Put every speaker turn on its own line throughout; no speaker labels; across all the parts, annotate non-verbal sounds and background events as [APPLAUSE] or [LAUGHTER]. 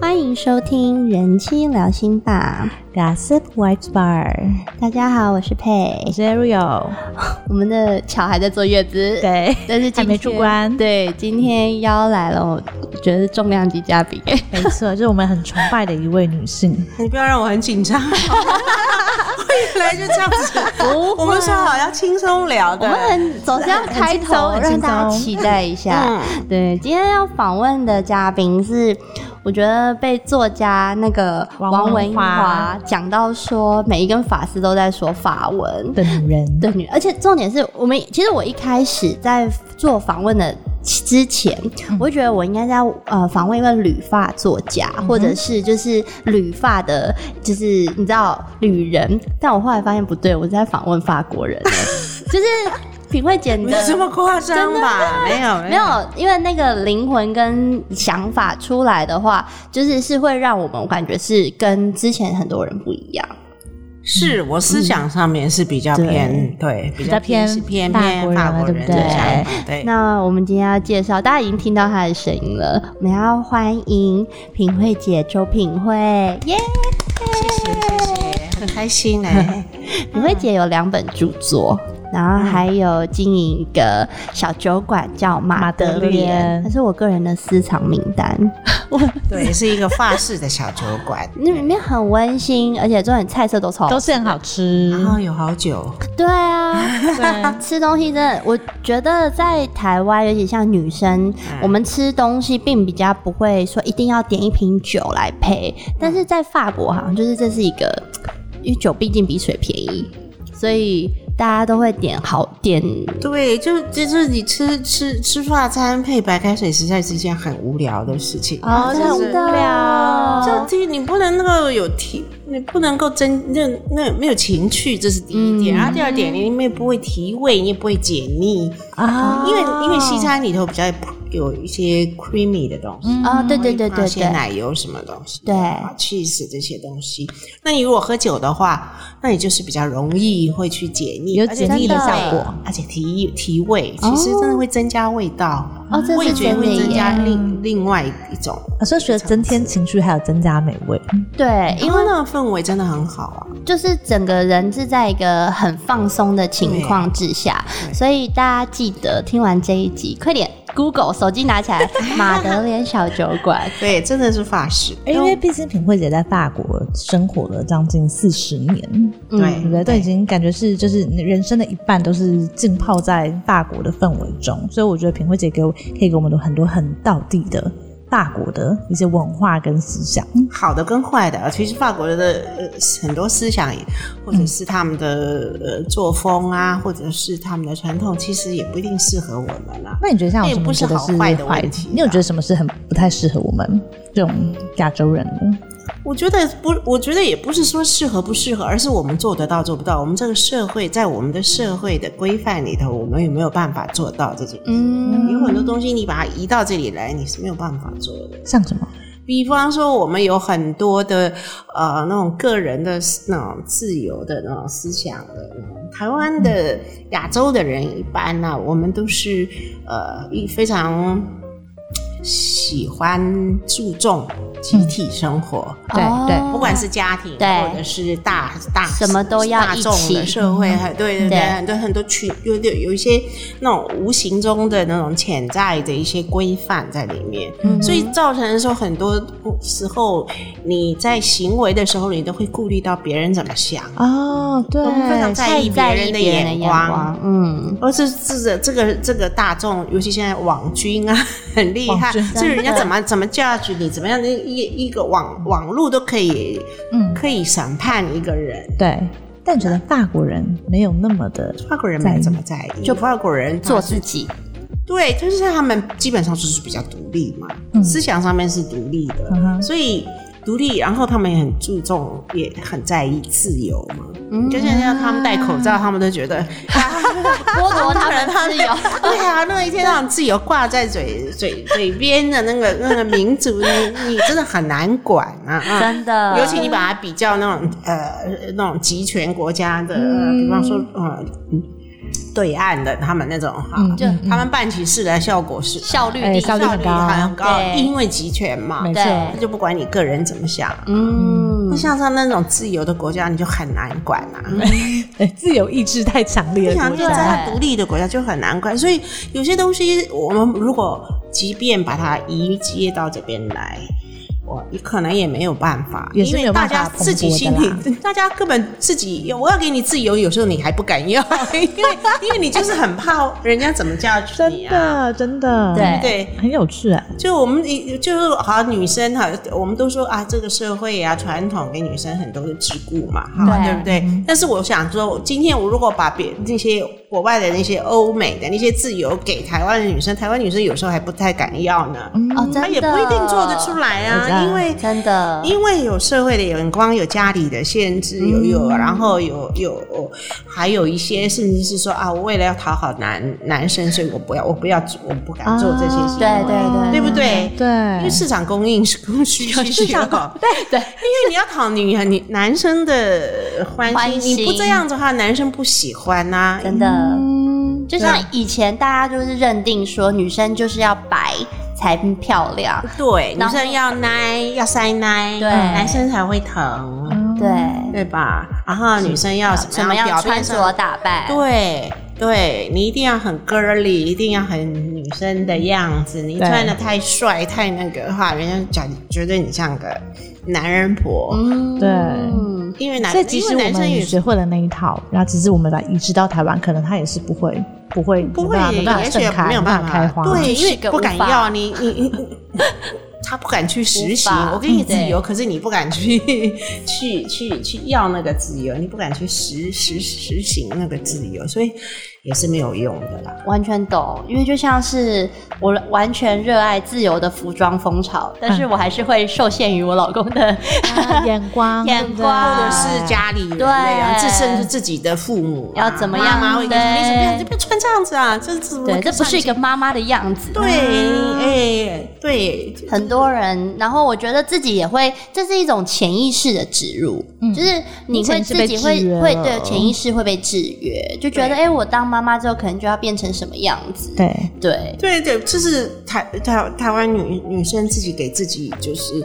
欢迎收听《人妻聊心吧
Gossip White Bar，》，
大家好，我是佩。
我是 Ariel，
我们的巧还在坐月子，，
对，
但是今
还没出
天
关
对，今天邀来了，我觉得是重量级嘉
[LAUGHS]
宾，
没错，就是我们很崇拜的一位女性。
你不要让我很紧张。 [LAUGHS] 我以来就这样子，我们说好要轻松聊
我
的
们。很总是要开头
很
让
轻松很轻嗯松
大家期待一下。对，今天要访问的嘉宾是，我觉得被作家那个
王
王
文
文华
华
讲到说，每一根法师都在说法文
的女人，
的女，而且重点是我们其实我一开始在做访问的。之前，我觉得我应该在呃访问一位旅发作家，或者是就是旅发的，就是你知道旅人，但我后来发现不对，我是在访问法国人，欸就是品味姐你
没
的
有这么夸张吧？没有，
没有，因为那个灵魂跟想法出来的话，就是是会让我们感觉是跟之前很多人不一样。
是我思想上面是比较偏，对，比
较偏
是偏
法
偏
国人
法
啊
国
对不
人的
对
想法，对。
那我们今天要介绍，大家已经听到她的声音了，我们要欢迎品慧姐周品慧，耶、
谢谢谢谢，很开心哎。
品慧姐有两本著作。然后还有经营一个小酒馆叫马
马
德
德
莲，
莲
它是我个人的私藏名单。
对，是一个法式的小酒馆，
那里面很温馨，而且重点菜色都超好
都是很好吃。
然后有好酒，
对啊，
对，
吃东西真的，我觉得在台湾，尤其像女生，我们吃东西并比较不会说一定要点一瓶酒来配，但是在法国好像就是这是一个，因为酒毕竟比水便宜，所以大家都会点好点。
对，就就是你吃吃吃法餐配白开水，实在是一件很无聊的事情。 [LAUGHS]
哦，这很无
真的
这
聊。
题你不能那个有提，你不能够真那那没有情趣，这是第一
嗯
点。然啊后第二点，你也不会提味，你也不会解腻，
哦
啊
因为因为西餐里头比较有一些 creamy 的东西，
哦，对对对
放
对
一些
对，
奶油什么东西，
对
啊，cheese 这些东西。那你如果喝酒的话，那你就是比较容易会去解腻，
有
而且
解腻的
提味
效果，
而且提提味，
哦
其实真的会增加味道，
哦这是
味觉
真的
会增加
耶
另另外一种。
老师觉得增添情绪，还有增加美味。
对，因
因
为
为那个氛围真的很好啊，
就是整个人是在一个很放松的情况之下，所以大家记得听完这一集，快点 Google 手机拿起来，马德莲小酒馆。
对，真的是法式。
哎因为毕竟品慧姐在法国生活了将近四十年，
嗯
对不对？
对
都已经感觉是就是你人生的一半都是浸泡在法国的氛围中，所以我觉得品慧姐给我可以给我们很多很道地的法国的一些文化跟思想。
好的跟坏的，呃其实法国的呃很多思想，或
嗯
者是他们的呃作风啊，或者是他们的传统，其实也不一定适合我们啊。
那你觉得像有什么觉得
那也不是
是
好坏的问题
你有觉得什么是很不太适合我们这种亚洲人呢？
我觉得不，我觉得也不是说适合不适合，而是我们做得到做不到。我们这个社会在我们的社会的规范里头，我们有没有办法做到这件事？
嗯，
有很多东西你把它移到这里来，你是没有办法做的。
像什么？
比方说，我们有很多的呃那种个人的那种自由的那种思想的。那种台湾的亚洲的人一般呢、我们都是呃一非常喜欢注重集体生活。
对对
哦
不管是家庭，
对
或者是大大
什么都要
大众
一
的
起嗯
社会，很对对对，
对
很多很多群有有有一些那种无形中的那种潜在的一些规范在里面，所以造成说很多时候你在行为的时候，你都会顾虑到别人怎么想。
哦，对
嗯我们非常在意
嗯太在
别人的
别人的
眼
眼光
光，
嗯，
而是这个这个这个大众，尤其现在网军啊，很厉
网
害，
军嗯
就是人家怎么怎么 judge 你，怎么样的一一个网网络都可以，
嗯
可以审判一个人。
对。但你觉得法国人没有那么的
法国人没怎么在意，就法国人
做自己，
对，就是他们基本上就是比较独立嘛，思想上面是独立的，
嗯嗯哼
所以独立，然后他们也很注重，也很在意自由嘛。
嗯
就是让他们戴口罩，他们都觉得
[LAUGHS] 剥夺哦他们自由。
[LAUGHS] 对啊，那一天让自由挂在嘴嘴嘴边的那个那个民族，你你真的很难管啊！啊
真的
尤其你把它比较那种呃那种集权国家的，呃比方说呃嗯对岸的他们那种哈，
嗯
就
嗯嗯
他们办起事来效果是
效率
哎
低，
效率很高
很高，
啊对
因为集权嘛
没，
对
错。
就不管你个人怎么想。
嗯
那，像像那种自由的国家，你就很难管啊。
对哎自由意志太强烈
不
了，
想
国
就
家
在独立的国家就很难管，所以有些东西我们如果即便把它移接到这边来，我可能也没有办法，
也是
因
没有
为大
办法
家自己心
蓬勃
里， [LAUGHS] 大家根本自己，我要给你自由，有时候你还不敢要，因为因为你就是很怕人家怎么教训你
真
啊。
的真的
对
对，
很有趣啊，
就我们一就是好像女生哈，我们都说啊，这个社会啊，传统给女生很多的桎梏嘛，哈，
对嗯
对不对？但是我想说，今天我如果把别那些国外的那些欧美的那些自由给台湾的女生，台湾女生有时候还不太敢要呢，
哦，真
她
的
也不一定做得出来
我知道
啊，因为。
真的，
因为有社会的眼光，有家里的限制，
嗯
有有，然后有有，还有一些甚至是说啊，我为了要讨好男男生，所以我不要，我不要，我不敢做这些行为，
对对
哦对不对？因为
对，
市场供应是供需需求， [LAUGHS] 对
[LAUGHS] 对
因为你要讨女你男生的欢
欢
心，
心
你不这样子的话，男生不喜欢啊呐、
真的。啊
嗯，
就像以前大家就是认定说女生就是要白才漂亮，
对，女
然后
生要奶，要塞奶，
对
男生才会
嗯
疼，
对，
对吧？然后女生要什
什
么
么
样
样
嗯表
穿
面上
着打扮，
对对，你一定要很 girly，一定要很女生的样子。你
对
穿的太帅太那个的话，人家讲觉得你像个男人婆。
嗯，
对
嗯
因为男，
所以即使
因
我
为男生
们
也
学会了那一套，然后只是我们把它移植到台湾，可能他也是不会不会
不
没
会
办法，没办法
也许
盛开，
没有
办
办
法
法
开花，
对，因
是
为
个
不敢
无法
要你，你 [LAUGHS] 你他不敢去实行
无法。
我给你自由，
嗯
可是你不敢去去去去要那个自由，你不敢去实实实行那个自由，所以也是没有用的啦。
完全懂，因为就像是我完全热爱自由的服装风潮，但是我还是会受限于我老公的。
啊 [LAUGHS] 眼光
眼
对不对
光
或者是家里人那样，
对
这甚至自己的父母啊、
要怎么样
妈妈会跟你
对
说：“你怎么样？你不要穿这样子啊！”这怎么
[LAUGHS] 对，这不是一个嗯妈妈的样子。
对，哎、对，
很多人，然后我觉得自己也会，这是一种潜意识的植入，就是你会自己
你潜意识被制
会
约了
会对潜意识会被制约，就觉得哎、诶我当妈妈之后可能就要变成什么样子，
对，
对，
对对，这是台台台湾女女生自己给自己就是，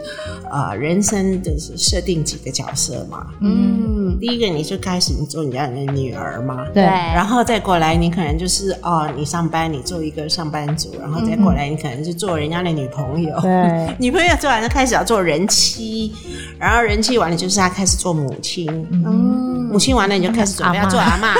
呃，人生的设定几个角色嘛。
嗯，
第一个，你就开始你做你家人的女儿嘛，
对
然后再过来，你可能就是哦，你上班，你做一个上班族，然后再过来，你可能是做人家的女朋友，
对
女朋友做完就开始要做人妻，然后人妻完了就是她开始做母亲，
嗯，
母亲完了你就开始准备要做阿妈，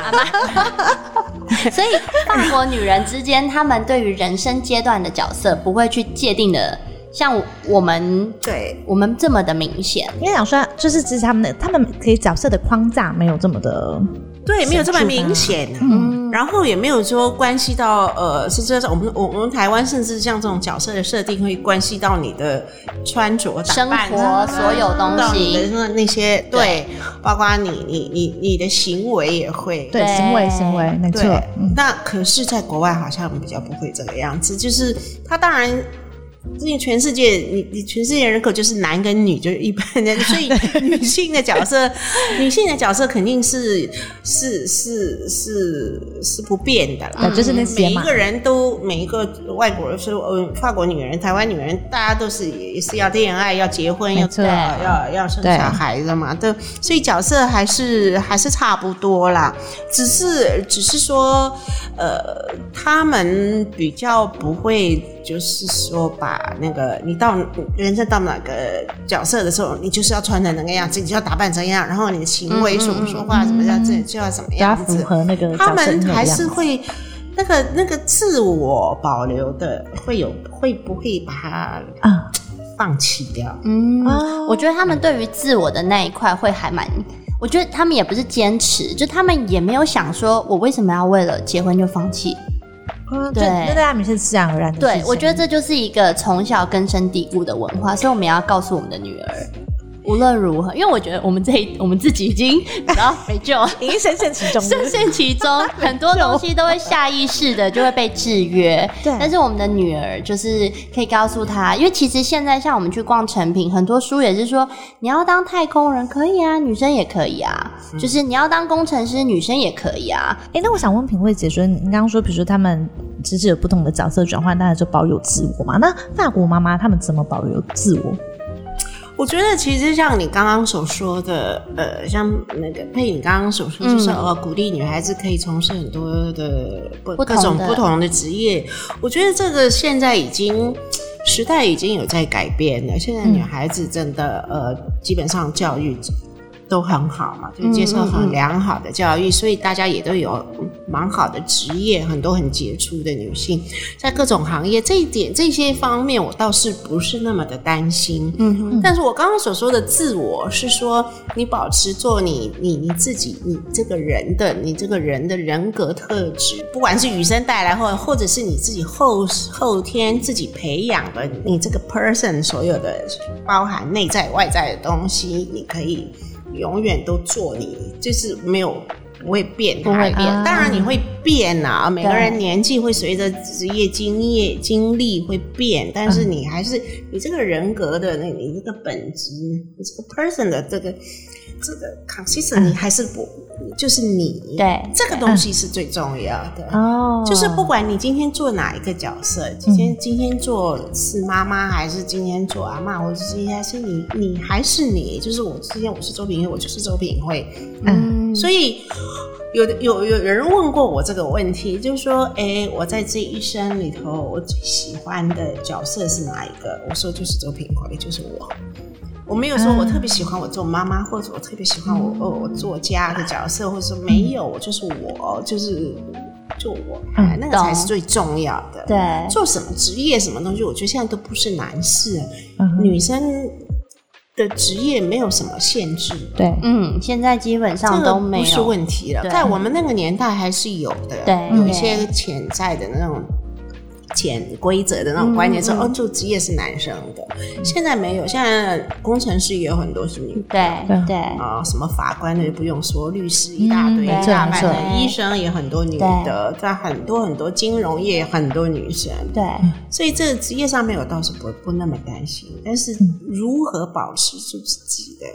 [LAUGHS] 所以法国女人之间，她们对于人生阶段的角色不会去界定的，像我们
对。
我们这么的明显，
应该讲说，就是其实他们的他们可以角色的框架没有这么的，
对，没有这么明显、啊。嗯，然后也没有说关系到呃，是这种我们我我们台湾甚至像这种角色的设定会关系到你的穿着、打
生
扮啊
活所有东
到你的
西，
那那些对，包括你你你你的行为也会
对
对
行为行为没错
对，，
嗯
那可是，在国外好像比较不会这个样子，就是他当然。因为全世界，你你全世界人口就是男跟女，就是一般人，
[LAUGHS]
所以女性的角色，女性的角色肯定是是是是是不变的啦。
对，就是那
嗯每
些
一
嘛
个，人都，每一个外国人说，嗯，法国女人、台湾女人，大家都是也是要恋爱、要结婚、
没
要
错
要要要生
对
小孩的嘛，对，所以角色还是还是差不多啦，只是只是说，呃，他们比较不会，就是说把那个你到人生到哪个角色的时候，你就是要穿成那个样子，你就要打扮成那样，然后你的行
嗯
为、什么说话什么样子，就要什么
只要
样
符
子，
合那个角
他
色
们
里面的
还
样
是
子
会那个那个自我保留的，会有会不会把它
啊
放弃掉？
嗯
哦，
我觉得他们对于自我的那一块会还蛮。我觉得他们也不是坚持，就他们也没有想说，我为什么要为了结婚就放弃？
嗯
对
就那大家明显自然而然的事
对
情，
我觉得这就是一个从小根深蒂固的文化，所以我们也要告诉我们的女儿，无论如何，因为我觉得我们这一我们自己已经然后没救了。
已经深陷其中
[LAUGHS]
了。
深陷其中，很多东西都会下意识的就会被制约。
对
但是我们的女儿就是可以告诉她，因为其实现在像我们去逛成品，很多书也是说，你要当太空人可以啊，女生也可以啊，就是你要当工程师，女生也可以啊。
哎、那我想问品味姐说，你刚刚说，比如说他们其实有不同的角色转换，当然就保有自我嘛。那法国妈妈他们怎么保有自我？
我觉得其实像你刚刚所说的，呃，像那个佩影刚刚所说，就是
嗯
呃，鼓励女孩子可以从事很多的不
不
各
同
种
的
不同的职业。我觉得这个现在已经时代已经有在改变了，现在女孩子真的、呃，基本上教育都很好嘛，就接受很良好的教育，所以大家也都有蛮好的职业，很多很杰出的女性在各种行业，这一点这些方面我倒是不是那么的担心。
嗯哼，
但是我刚刚所说的自我是说，你保持做你你你自己，你这个人的你这个人的人格特质，不管是与生带来，或或者是你自己后后天自己培养的，你这个 person 所有的包含内在外在的东西，你可以永远都做你，就是没有。不会变，
不会
它
变
当然你会变啊，每个
对
人年纪会随着职业经验经历会变，但是你还是你这个人格的那你这个本质，你这个 person 的这个这个 consistent，你还是不就是你
对
这个东西是最重要的。
哦
就是不管你今天做哪一个角色，今天今天做是妈妈，还是今天做阿妈，或者是今天是你，你还是你，就是我今天我是周品慧，我就是周品慧，
嗯，
所以有的有有有人问过我这个问题，就是说，哎、我在这一生里头，我最喜欢的角色是哪一个？我说就是周平奎，就是我。我没有说我特别喜欢我做妈妈，或者我特别喜欢我我我做家的角色，或者说没有，我就是我，就是就我，哎那个才是最重要的。
对，
做什么职业什么东西，我觉得现在都不是难事，啊
嗯哼
女生的职业没有什么限制。
对，
嗯，现在基本
这
上
个
都没
不是
有。
问题了，
对
在我们那个年代还是有的，
对
有一
对
些潜在的那种潜规则的那种观念，
嗯
说
嗯嗯
哦，做职业是男生的，现在没有，现在工程师也有很多是女的。
对
对
对，
啊、什么法官的也不用说，律师一大堆，
嗯
一
没错
大半的
没错
医生也很多女的，在很多很多金融业很多女生，
对，
所以这个职业上面我倒是不不那么担心，但是
嗯
如何保持住自己的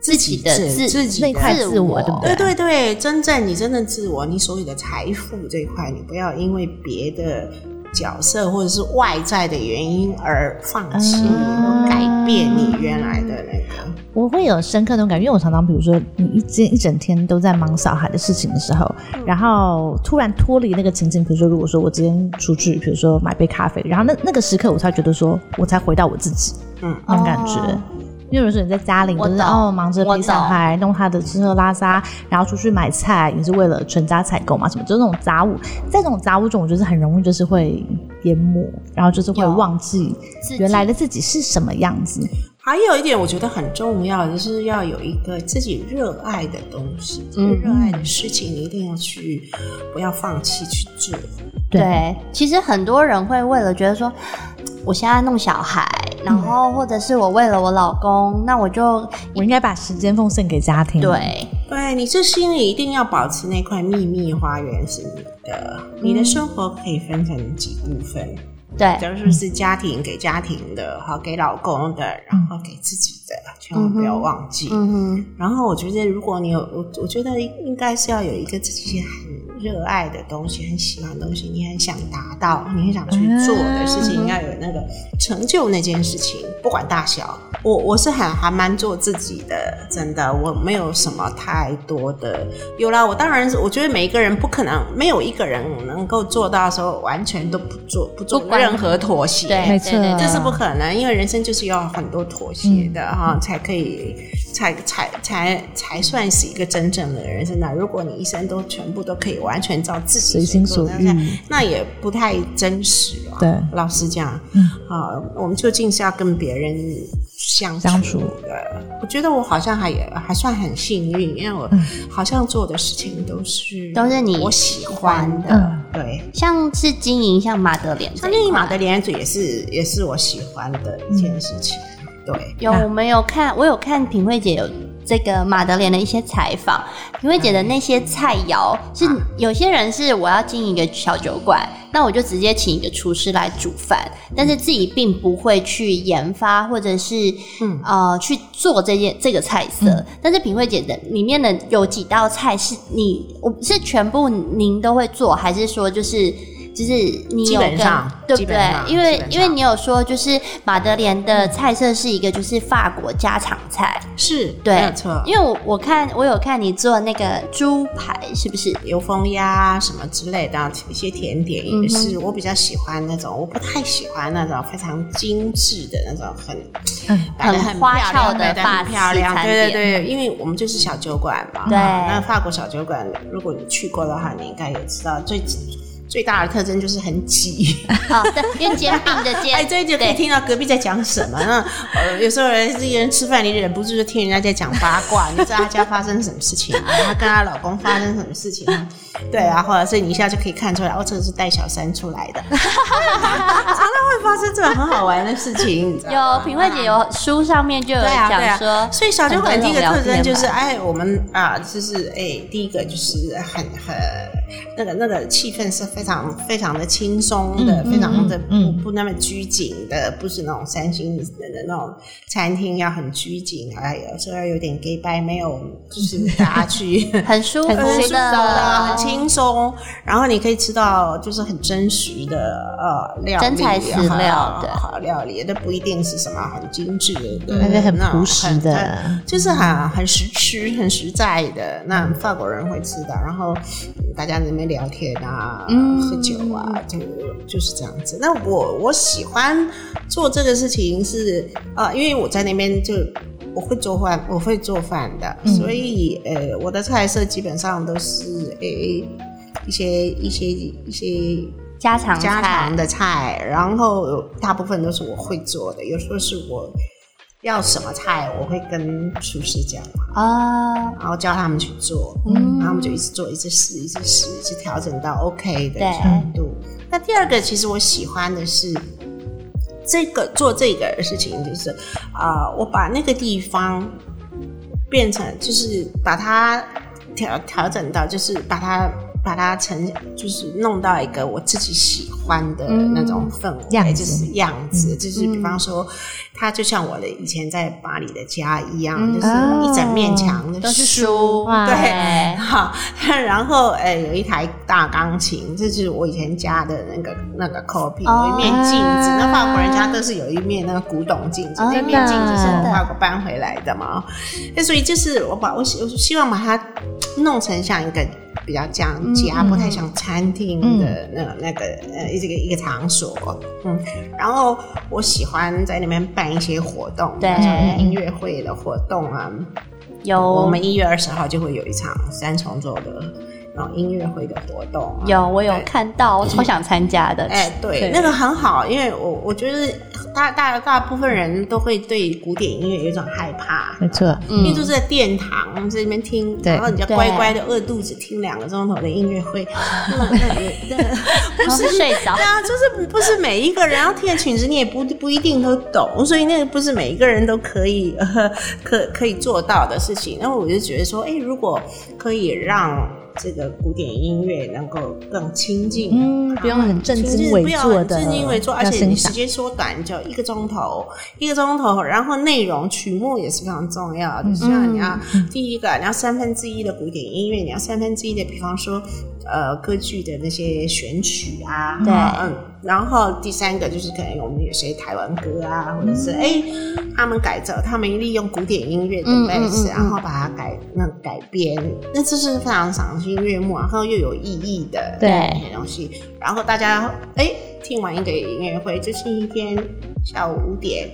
自己的自
自己的
那块自我
哦
对不
对对对，真正你真正自我，你所有的财富这一块，你不要因为别的角色或者是外在的原因而放弃
啊
或改变你原来的那个。
我会有深刻的感觉，因为我常常比如说你一天一整天都在忙小孩的事情的时候，然后突然脱离那个情境，比如说如果说我今天出去，比如说买杯咖啡，然后那那个时刻我才觉得说我才回到我自己，
嗯
那种感觉。
哦
因为有时候你在家里，你
我
就是
懂
哦忙着
我
陪小
懂
孩，弄他的吃喝拉撒，然后出去买菜，也是为了全家采购嘛，什么就是那种杂物，在这种杂物中，我觉得很容易就是会淹没，然后就是会
有
忘记
自己
原来的自己是什么样子。
还有一点，我觉得很重要，就是要有一个自己热爱的东西，就是
嗯
热爱的事情，你一定要去，不要放弃去做。
对
对，其实很多人会为了觉得说，我现在弄小孩，然后或者是我为了我老公，那我就
我应该把时间奉献给家庭。
对
对，你这心里一定要保持那块秘密花园是你的，你的生活可以分成几部分，
对
就是是家庭给家庭的，好给老公的，然后给自己的，千万不要忘记。
嗯
然后我觉得，如果你有我，我觉得应该是要有一个自己很热爱的东西，很喜欢的东西，你很想达到，你很想去做的事情，
嗯
你要有那个成就那件事情，不管大小。我我是很还蛮做自己的，真的，我没有什么太多的。有啦，我当然是，我觉得每一个人不可能没有一个人能够做到说完全都不做不做
不管
任何妥协，
哼，对，对
没错
对
这
对
是不可能，因为人生就是要很多妥协
嗯
的哈、才可以才才才才算是一个真正的人生啊。如果你一生都全部都可以完全照自己
随心所
做
欲，
那也不太真实了。
对
老实讲，
嗯
啊、我们究竟是要跟别人相处
相处
的？我觉得我好像还还算很幸运，因为我
嗯
好像做的事情都是
都是你
我喜欢的，
嗯
对。
像是经营像马德莲这一块，
嗯
像另一马的莲子也是也是我喜欢的一件事情。对，
有，我们有看，我有看品慧姐有这个马德莲的一些采访，品慧姐的那些菜肴是
嗯
有些人是我要进一个小酒馆，那我就直接请一个厨师来煮饭，但是自己并不会去研发或者是
嗯
呃去做这件这个菜色，但是品慧姐的里面的有几道菜是你我是全部您都会做，还是说就是？就是你
基
有
本
跟
上
对不
基
对
本上？
因为
基本
因为
上嗯
你有说，就是马德莲的菜色是一个就是法国家常菜，
是
对
没有错，
因为我我看我有看你做那个猪排，是不
[LAUGHS]
是？
油封鸭啊什么之类的一些甜点也
嗯
是我比较喜欢那种，我不太喜欢那种非常精致的那种很
嗯
摆得
很
很
花
漂
俏的
亮摆得
法
很
式
漂亮，
餐
对
点
对对，因为我们就是小酒馆嘛，
对
啊那法国小酒馆，如果你去过的话，你应该也知道最最大的特征就是很挤。
啊，对，因为煎饼的煎，
哎，这就可以
对，
听到隔壁在讲什么。那呃，有时候人一个人吃饭，你忍不住就听人家在讲八卦，你知道他家发生什么事情，她跟她老公发生什么事情，对啊，或者是你一下就可以看出来，哦，这个是带小三出来的， [LAUGHS] 常常会发生这种很好玩的事情。你知道吗
有品慧姐有书上面就有
对啊，对
讲说
啊，，所以小酒馆
很多
第一个
这种
特
聊
征
天
就是，
吧
哎，我们啊，就是哎，第一个就是很很那个那个气氛是非常非常的轻松的，
嗯
非常的不、
嗯嗯
不那么拘谨的，不是那种三星的那种餐厅要很拘谨啊，有时候要有点 gay 拜，没有就是大家去
很舒服
很
的，
舒服的，很轻松，然后你可以吃到就是很真实的呃料理啊，
真材实料的
好好料理，那不一定是什么很精致的，
那个很
嗯那
朴实的，
就是很很实吃、很实在的。那法国人会吃的，然后大家在那边聊天啊、
嗯
喝酒啊，就就是这样子。那我我喜欢做这个事情是呃，因为我在那边就。我会做饭，我会做饭的，
嗯
所以呃，我的菜色基本上都是诶、一些一些一些
家常
家
菜
常，的菜，然后大部分都是我会做的，有时候是我要什么菜，我会跟厨师讲，
啊，
然后教他们去做，
嗯
然后他们就一直做，一直试，一直试，一直调整到 OK 的
对
程度。那第二个，其实我喜欢的是。这个做这个事情就是，啊、我把那个地方变成，就是把它调调整到，就是把它把它成，就是弄到一个我自己喜欢的
嗯
那种氛围，
样子
就是样子，
嗯
就是比方说，它就像我的以前在巴黎的家一样，
嗯
就是一整面墙的
都是书，
嗯 [LAUGHS]
哎
对， [LAUGHS] 好，然后呃有一台大钢琴，这就是我以前家的那个那个 copy，、
哦
有一面镜子。那法国人家
啊
都是有一面那个古董镜子，
哦
那面镜子是
真
从
的
法国搬回来的嘛。那所以就是我把我希我希望把它弄成像一个。比较像家，
嗯
不太像餐
嗯
厅的那个、那个呃，这个一个场所，嗯，然后我喜欢在那边办一些活动，
对
像音乐会的活动啊，
有
我们一月二十号就会有一场三重奏的那种音乐会的活动、啊。
有我有
对
看到，我超想参加的，
哎、对，那个很好，因为我我觉得大大大部分人都会对古典音乐有一种害怕，
没错，
嗯
因为就是在殿堂在那边听，
对
然后你就
对
乖乖的饿肚子听两个钟头的音乐会，那那那
[LAUGHS] 然后睡着
对，啊，就是不是每一个人要贴裙子，你也不不一定都懂，所以那个不是每一个人都可以呃可可以做到的事情。那我就觉得说，哎，如果可以让这个古典音乐能够更亲近，
嗯不用很正襟危坐的
不要很正襟危坐，而
要
且你
欣赏
时间缩短，你就一个钟头，一个钟头，然后内容曲目也是非常重要
嗯
的，就像你要第一个，你要三分之一的古典音乐，你要三分之一的，比方说呃歌剧的那些选曲啊，
对
嗯，然后第三个就是可能我们有些台湾歌啊，或者是
嗯
哎、他们改造，他们利用古典音乐的
嗯嗯
bass，、
嗯嗯
然后把它改那改编，那这是非常赏心悦目，然后又有意义的
对
那些东西，然后大家哎听完一个音乐会，就星期天下午五点。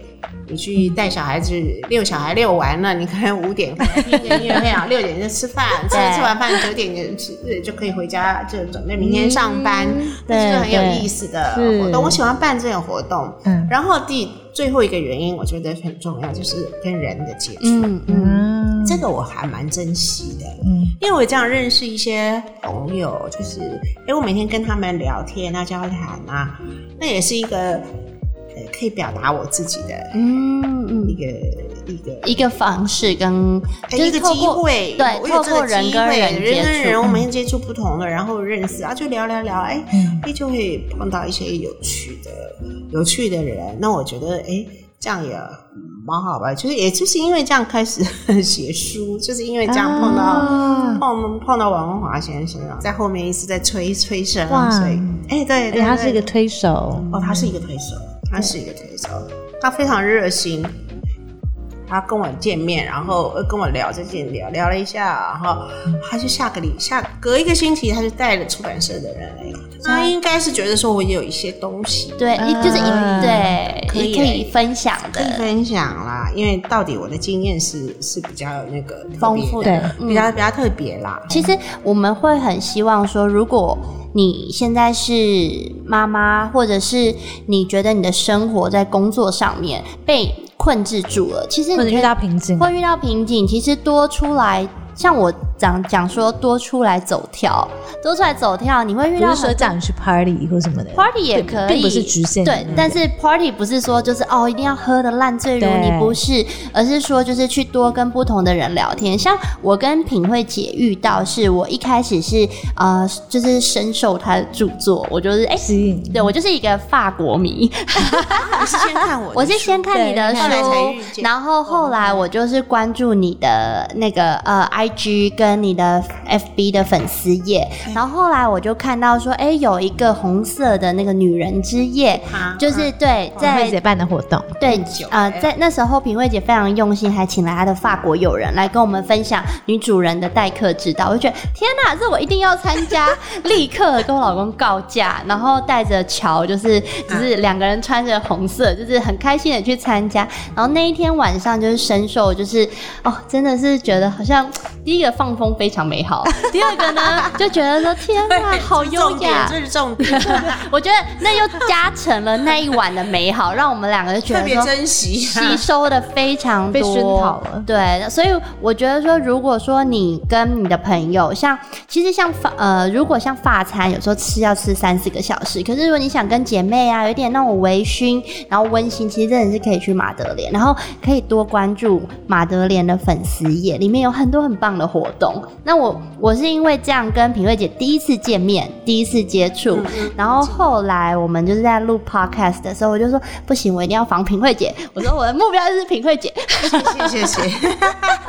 你去带小孩子遛小孩遛完了，你可能五点可能听个音乐会
[LAUGHS]
啊，六点就吃饭，吃
对
吃完饭九点就吃就可以回家，就准备 [LAUGHS] 明天上班，
嗯
这是很有意思的
嗯对
活
是
动。我喜欢办这种活动。
嗯
然后第最后一个原因，我觉得很重要，就是跟人的接触，
嗯嗯，
嗯，
这个我还蛮珍惜的。
嗯
因为我这样认识一些朋友，就是因为我每天跟他们聊天啊、交谈啊，那也是一个呃可以表达我自己的
嗯
一
嗯，
个一个
一个方式跟
哎
就
一
是
个
透
机
过
会，
对
我有这
透
个
过人
机
跟
会，
人接
人跟
触
人我们接触不同的，然后认识啊，就聊聊聊，哎、
嗯
哎就会碰到一些有趣的、有趣的人。那我觉得，哎，这样也蛮好吧。就是，也就是因为这样开始写书，就是因为这样碰到、
啊
碰碰到王文华先生啊，在后面一直在催催生，
哇
所以，哎，对
而
对，
且他是一个
对
推手，
哦，他是一个推手，他是一个推手，他非常热心。他跟我见面，然后呃跟我聊这件聊聊了一下，然后他就下个礼下隔一个星期，他就带了出版社的人来，他应该是觉得说我有一些东西
对，一就是一
嗯
对
可以
可以分享
可以
的，
分享啦，因为到底我的经验是是比较那个特别
丰富
对
的，嗯
比较比较特别啦。
其实我们会很希望说，如果你现在是妈妈，或者是你觉得你的生活在工作上面被困制住了，其实你
或者
可
遇
以
到瓶颈，
会遇到瓶颈，其实多出来，像我讲讲说多出来走跳，多出来走跳，你会遇
不
到
是说
很
叫你去 party 或什么的
party 也可以，
并不是局限于
对
那个，
但是 party 不是说就是哦一定要喝的烂醉如泥，
对
不是，而是说就是去多跟不同的人聊天。像我跟品慧姐遇到，是我一开始是呃就是深受她的著作，我就是哎。
吸引，
对，我就是一个法国迷，
你是先看我的书，
我是先看你的
对
书
后来才遇，见
然后后来我就是关注你的那个呃 IG 跟你的 FB 的粉丝页，然后后来我就看到说，哎，有一个红色的那个女人之夜，
啊
就是对
在慧
在
姐。办的活动，
对
酒，
呃，
哎
在那时候，品慧姐非常用心，还请了她的法国友人来跟我们分享女主人的待客之道。我就觉得天哪，这我一定要参
[LAUGHS]
加，立刻跟我老公告假，然后带着乔，
嗯
就是就是两个人穿着红色，就是很开心的去参加。然后那一天晚上就是深受，就是哦，真的是觉得好像第一个放风非常美
[LAUGHS]
好，第二个呢就觉得说天哪，好
这是重
优
点
雅，
这是重点，
我觉得那又加成了那一晚的美好，让我们两个就觉
特
得
别
说
珍惜，
吸收的非常多，
被熏陶了
对，所以我觉得说，如果说你跟你的朋友，像其实像法呃，如果像法餐，有时候吃要吃三四个小时，可是如果你想跟姐妹啊，有点那种微醺，然后温馨，其实真的是可以去马德莲，然后可以多关注马德莲的粉丝页，里面有很多很棒的活动。那我我是因为这样跟品慧姐第一次见
嗯
面，第一次接触，然后后来我们就是在录 podcast 的时候，我就说不行，我一定要防品慧姐。我说我的目标就是品慧姐，
谢谢谢谢， [LAUGHS]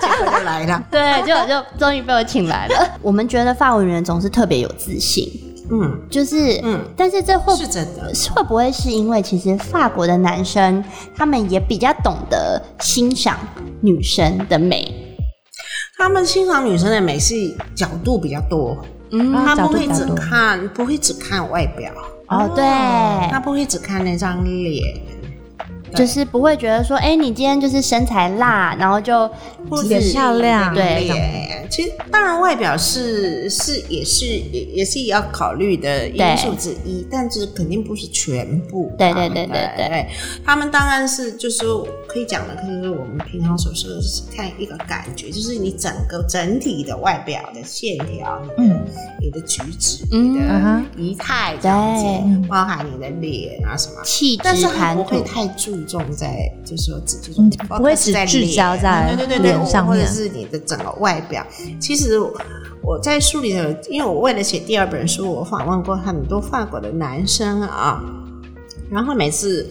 结果就来了。
[LAUGHS] 对，结果就终于被我请来了。我们觉得法文人总是特别有自信，
嗯，
就是嗯
嗯，
但是这会
是真的。
会不会是因为其实法国的男生他们也比较懂得欣赏女生的美？
他们欣赏女生的美是角度比较多，
嗯，
啊
他
角
不
度
会
比较
只
多
看，不会只看外表，
哦，对，
他不会只看那张脸，
就是不会觉得说，哎、你今天就是身材辣，然后就
或
就
者
是
是
漂亮
对
脸。其实当然外表是是也是也也是要考虑的因素之一，但是肯定不是全部嘛。
对对对对对
对，他们当然是就是说可以讲的，可以说我们平常所说的是看一个感觉，就是你整个整体的外表的线条，你的
嗯
你的举止，
嗯
你
嗯
的
哼
仪态这样子
对，
包含你的脸啊什么。
气质
但是他
谈
不
吐
会。太注重在，就是说只注
嗯
重，
不会只聚焦在
对对对
脸
对，
上
或者
面
是你的整个外表。其实我我在书里头，因为我为了写第二本书，我访问过很多法国的男生啊，然后每次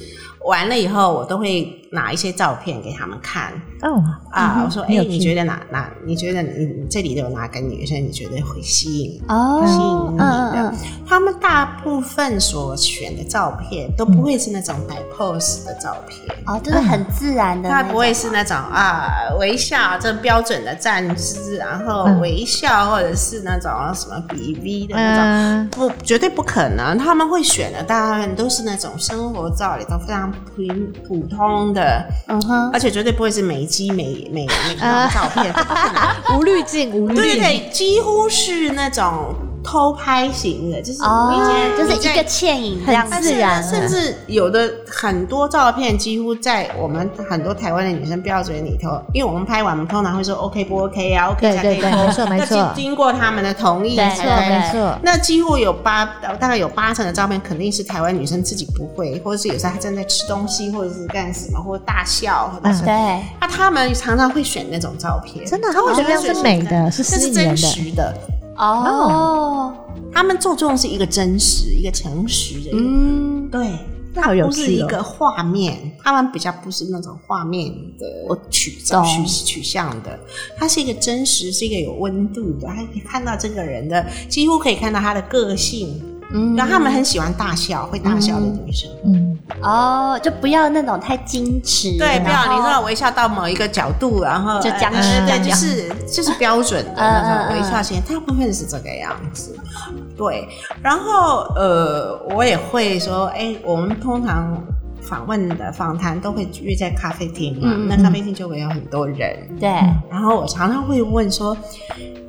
完了以后，我都会拿一些照片给他们看。
哦
啊，我说，
很
哎、
有趣
你觉得哪哪？你觉得你你这里头有哪个女生你觉得会吸引
哦，
嗯
嗯嗯
他们大部分所选的照片都
嗯
不会是那种摆 pose 的照片，
嗯，哦，就是很自然的那
它
种，
不会是那种啊微笑这标准的站姿，然后
嗯
微笑或者是那种什么比 V 的那种。
嗯，
不，绝对不可能。他们会选的大部分都是那种生活照里头非常平普通的，
嗯哼，
而且绝对不会是美肌美美美妆照片，不可能
[LAUGHS]
啊
嗯
无滤镜，无滤
对对
镜，
对，几乎是那种偷拍型的，就是
哦
你今天，
就是
你在
一个倩影这样
但
自然
嗯甚
了。
至有的很多照片几乎在我们很多台湾的女生标准里头，因为我们拍完，我们通常会说 OK 不 OK 啊，OK
对
才可以
对对
拍
没错没错
那经经过他们的同意
对
才
对
拍。
没错，
那几乎有八，大概有八成的照片肯定是台湾女生自己不会，或者是有时候她正在吃东西，或者是干什么，或者大笑，或者是
嗯
对，
那他们常常会选那种照片，
真的
他们
他们觉得那样是美的是
这
吸
是
引人的
真实的。
哦，
他们注重是一个真实，一个诚实的一个，
嗯，
对，
那好有
不
趣哦
是一个画面，他们比较不是那种画面的
我
取
懂
取取向的，它是一个真实，是一个有温度的，还可以看到这个人的，几乎可以看到他的个性。
嗯
然后他们很喜欢大笑，会大笑的女生。
嗯，
哦，就不要那种太矜持，
对，不
然
要
后
你知道微笑到某一个角度，然后
就僵
尸
呃
这
对，
样
就是就是标准的
嗯嗯
那种微笑型，大部分是这个样子。对，然后呃，我也会说，哎，我们通常。访问的访谈都会约在咖啡厅嘛，
嗯嗯
那咖啡厅就会有很多人。
对
然后我常常会问说，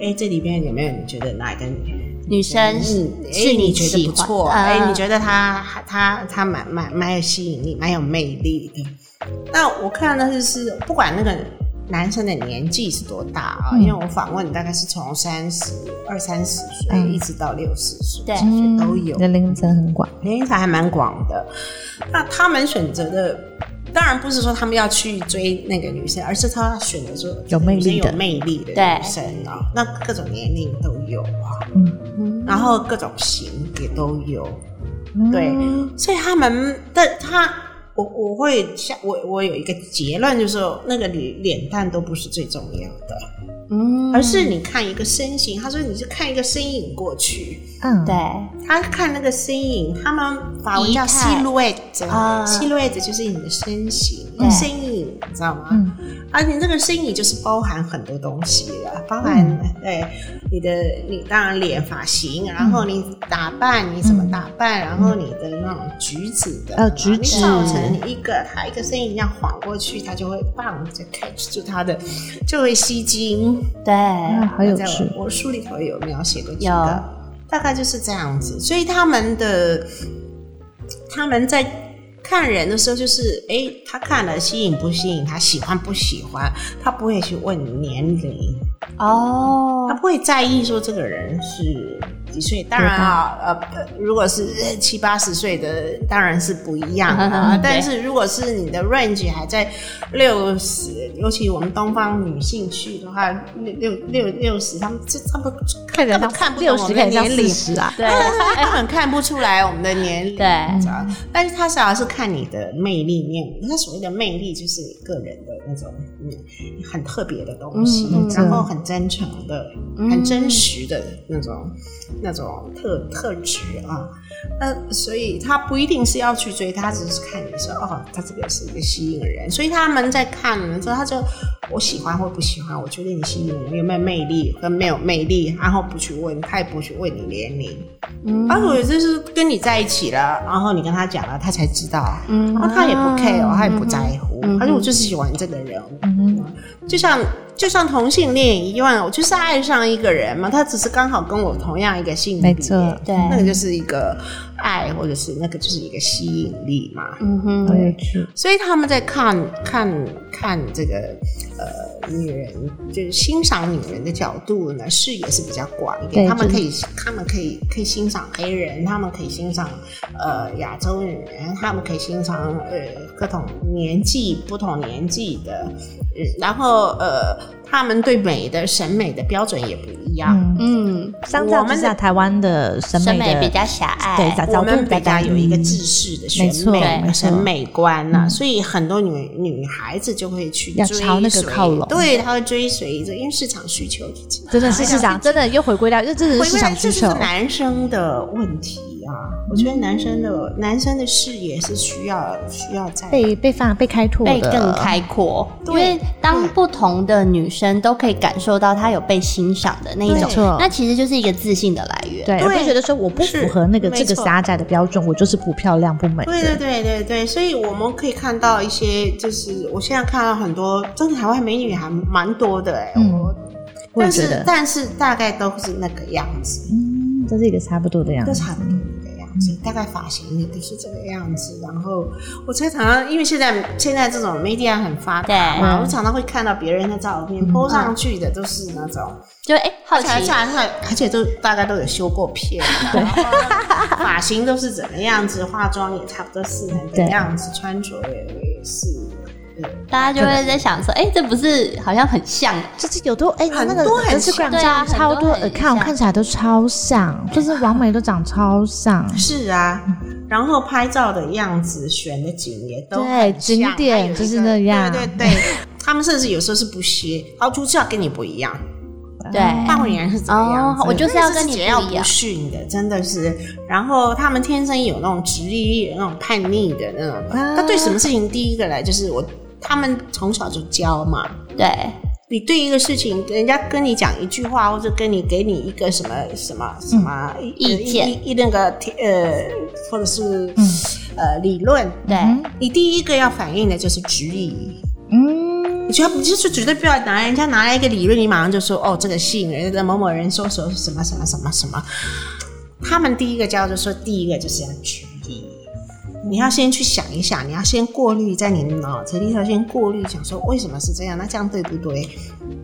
哎，这里边有没有你觉得哪个女
女生是
哎
是
你觉得
喜
不
欢
错，
的，
哎、你
得
觉得他他他蛮蛮蛮有吸引力，蛮有魅力的。那我看到的是，不管那个男生的年纪是多大啊、
嗯
因为我访问大概是从三十二三十岁、
嗯
一直到六十岁，
对
嗯
都有
年龄层很广，
年龄层还蛮广的。那他们选择的，当然不是说他们要去追那个女生，而是他选择说
有魅力的
女生有魅力的
对
女生啊、那各种年龄都有啊，
嗯，
然后各种型也都有。
嗯
对，所以他们，但他，我我会像我我有一个结论，就是说那个脸脸蛋都不是最重要的，
嗯
而是你看一个身形。他说你是看一个身影过去，
嗯，
对，
他看那个身影，他们法文叫
仪态
silhouette，silhouette、
啊
silhouette 就是你的身形，
对
身影，你知道吗？
嗯
而你这个身影就是包含很多东西了，包含、对你的你当然脸发型，然后你打扮，你怎么打扮，然后你的那种举止的，
呃举止
你造成一个他一个身影这样晃过去，他就会棒就 catch 住他的，就会吸睛。
对，
啊，好有
在
趣，
我我书里头有描写过几
有
个，大概就是这样子。所以他们的他们在看人的时候，就是哎、诶他看了吸引不吸引，他喜欢不喜欢，他不会去问年龄，
哦
他，不会在意说这个人是。几岁？当然啊，呃，如果是呃七八十岁的，当然是不一样
[LAUGHS]
啊。
对
但是如果是你的 range 还在六十，尤其我们东方女性去的话，六六六六十，他们这他们
看
根本看不懂
六
我
十看
们的
得像
年
四
龄，
十啊，
对，
根本看不出来我们的年龄。
对
你知道
嗯
但是他主要是看你的魅力面，他所谓的魅力就是你个人的那种嗯很特别的东西，
嗯
嗯
然后很真诚的、
嗯
很真实的那种那种特特质啊。那所以他不一定是要去追，他只是看你说哦，他这个是一个吸引人，所以他们在看的时候，他就我喜欢或不喜欢，我觉得你吸引人有没有魅力跟没有魅力，然后不去问，他也不去问你年龄，
嗯
而啊我就是跟你在一起了，然后你跟他讲了，他才知道，啊
嗯
然后哦他也不 care，、他也不在乎，
嗯哼
他说我就是喜欢这个人，
嗯
就像就像同性恋一样，我就是爱上一个人嘛，他只是刚好跟我同样一个性别，
没错
对
那个就是一个爱，或者是那个就是一个吸引力嘛。
嗯
哼，好
哼，
有趣，
所以他们在看看看这个呃女人，就是欣赏女人的角度呢，视野是比较广一
对
点。他们
就
可以，他们可以可以欣赏黑人，他们可以欣赏呃亚洲女人，他们可以欣赏呃各种年纪不同年纪的，呃然后呃他们对美的审美的标准也不一样。
嗯，
嗯，
相较之下，台湾的审
审美
美的
比较狭隘，
对角
我
角度
们比较有一个制式的
嗯
选
没错
对
美
没错
审美观呐、
嗯
所以很多女女孩子就会去
要
追随，
朝那个靠拢
对，她会追随着，因为市场需求就是
真的是市场，真的又回归到，这这是
回
市
归来
场
这
需
是
求，嗯
男生的问题啊！我觉得男生的男生的视野是需要需要在
被被放被开拓的，
被更开阔，因
对
为当不同的女生都可以感受到她有被欣赏的那一
没
种，
错
那其实就是一个自信的来源。
对，
对
而不觉得说我不符合那个这
是
个
没错
狭窄的标准，我就是不漂亮不美的。
对对对对对，所以我们可以看到一些，就是我现在看到很多，真的台湾美女还蛮多的哎、
嗯
我
我也
但
觉
是
得，
但是大概都是那个样子，
嗯这是一个差不多的样
都
子。
差不多这个样子，大概发型也都是这个样子。然后我常常因为现在现在这种 media 很发达
对
嘛，我常常会看到别人的照片 po 上去的都是那种，
就哎、好
而
奇
且而且而且都大概都有修过
[LAUGHS]
片，然后发型都是怎么样子，化妆也差不多是那个
对
样子，穿着也也是。
大家就会在想说，哎、这不是好像很像？
就是有多哎，
很
那个
多很
像
Instagram
对啊
上超多
很多很
account
像
看起来都超像，就是完美都长超像。
[LAUGHS] 是啊，然后拍照的样子、选的景也都
对
很像
景点
还有一个
就是那样
对对 [LAUGHS] 对，他们甚至有时候是不歇，凹凸照跟你不一样，
对，
大人是怎么样子
哦我就是要跟你不一样
那是桀骜不驯的，真的是。然后他们天生有那种执意力、那种叛逆的那种。
啊
他对什么事情第一个来就是我，他们从小就教嘛。
对，
你对一个事情，人家跟你讲一句话，或者跟你给你一个什么什么什么一
意见
一一那个呃，或者是、呃理论，
对，
你第一个要反应的就是质疑。
嗯，
你觉得你就是绝对不要拿人家拿来一个理论，你马上就说哦，这个吸引人的某某人说什么什么什么什么什么。他们第一个教就说，第一个就是要质疑，你要先去想一想，你要先过滤在你的脑子里头先过滤，想说为什么是这样，那这样对不对？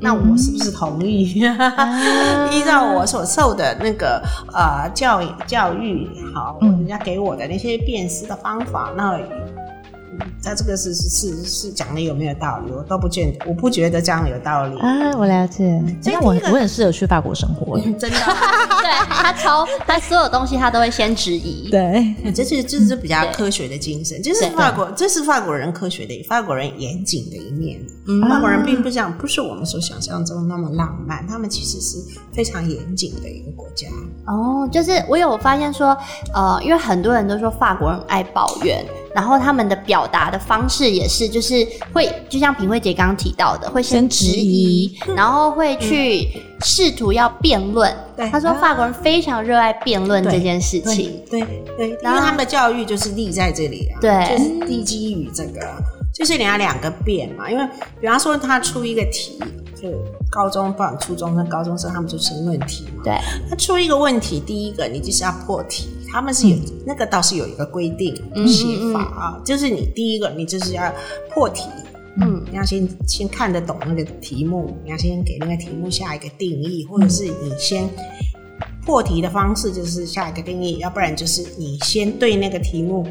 那我是不是同意？
嗯
[LAUGHS] 依照我所受的那个呃教育教育，好，
嗯
人家给我的那些辨识的方法，那他这个是是是是讲的有没有道理？我都不见，我不觉得这样有道理，
啊，我了解。
所以
那我
第一个
我很适合去法国生活。
真的。
对他超他所有东西他都会先质疑，
对，
这是这是比较
嗯对
科学的精神，这是
对
法国，这是法国人科学的法国人严谨的一面。
嗯
法国人并不像不是我们所想象中那么浪漫，他们其实是非常严谨的一个国家。
哦，就是我有发现说，呃，因为很多人都说法国人爱抱怨，然后他们的表达的方式也是，就是会就像品慧姐刚刚提到的，会
先
质
质
疑，
嗯
然后会去试图要辩论。
嗯
对
他说法国人非常热爱辩论
对
这件事情
对。对对，因为
然后
他们的教育就是立在这里啊，
对
就是立基于这个，就是你要两个变嘛。因为比方说他出一个题，就高中不管初中生、高中生，他们就申论题嘛。
对，
他出一个问题，第一个你就是要破题，他们是有、那个倒是有一个规定
嗯
写法啊，就是你第一个你就是要破题，
嗯，
你要先先看得懂那个题目，你要先给那个题目下一个定义，或者是你先破题的方式就是下一个定义，要不然就是你先对那个题目，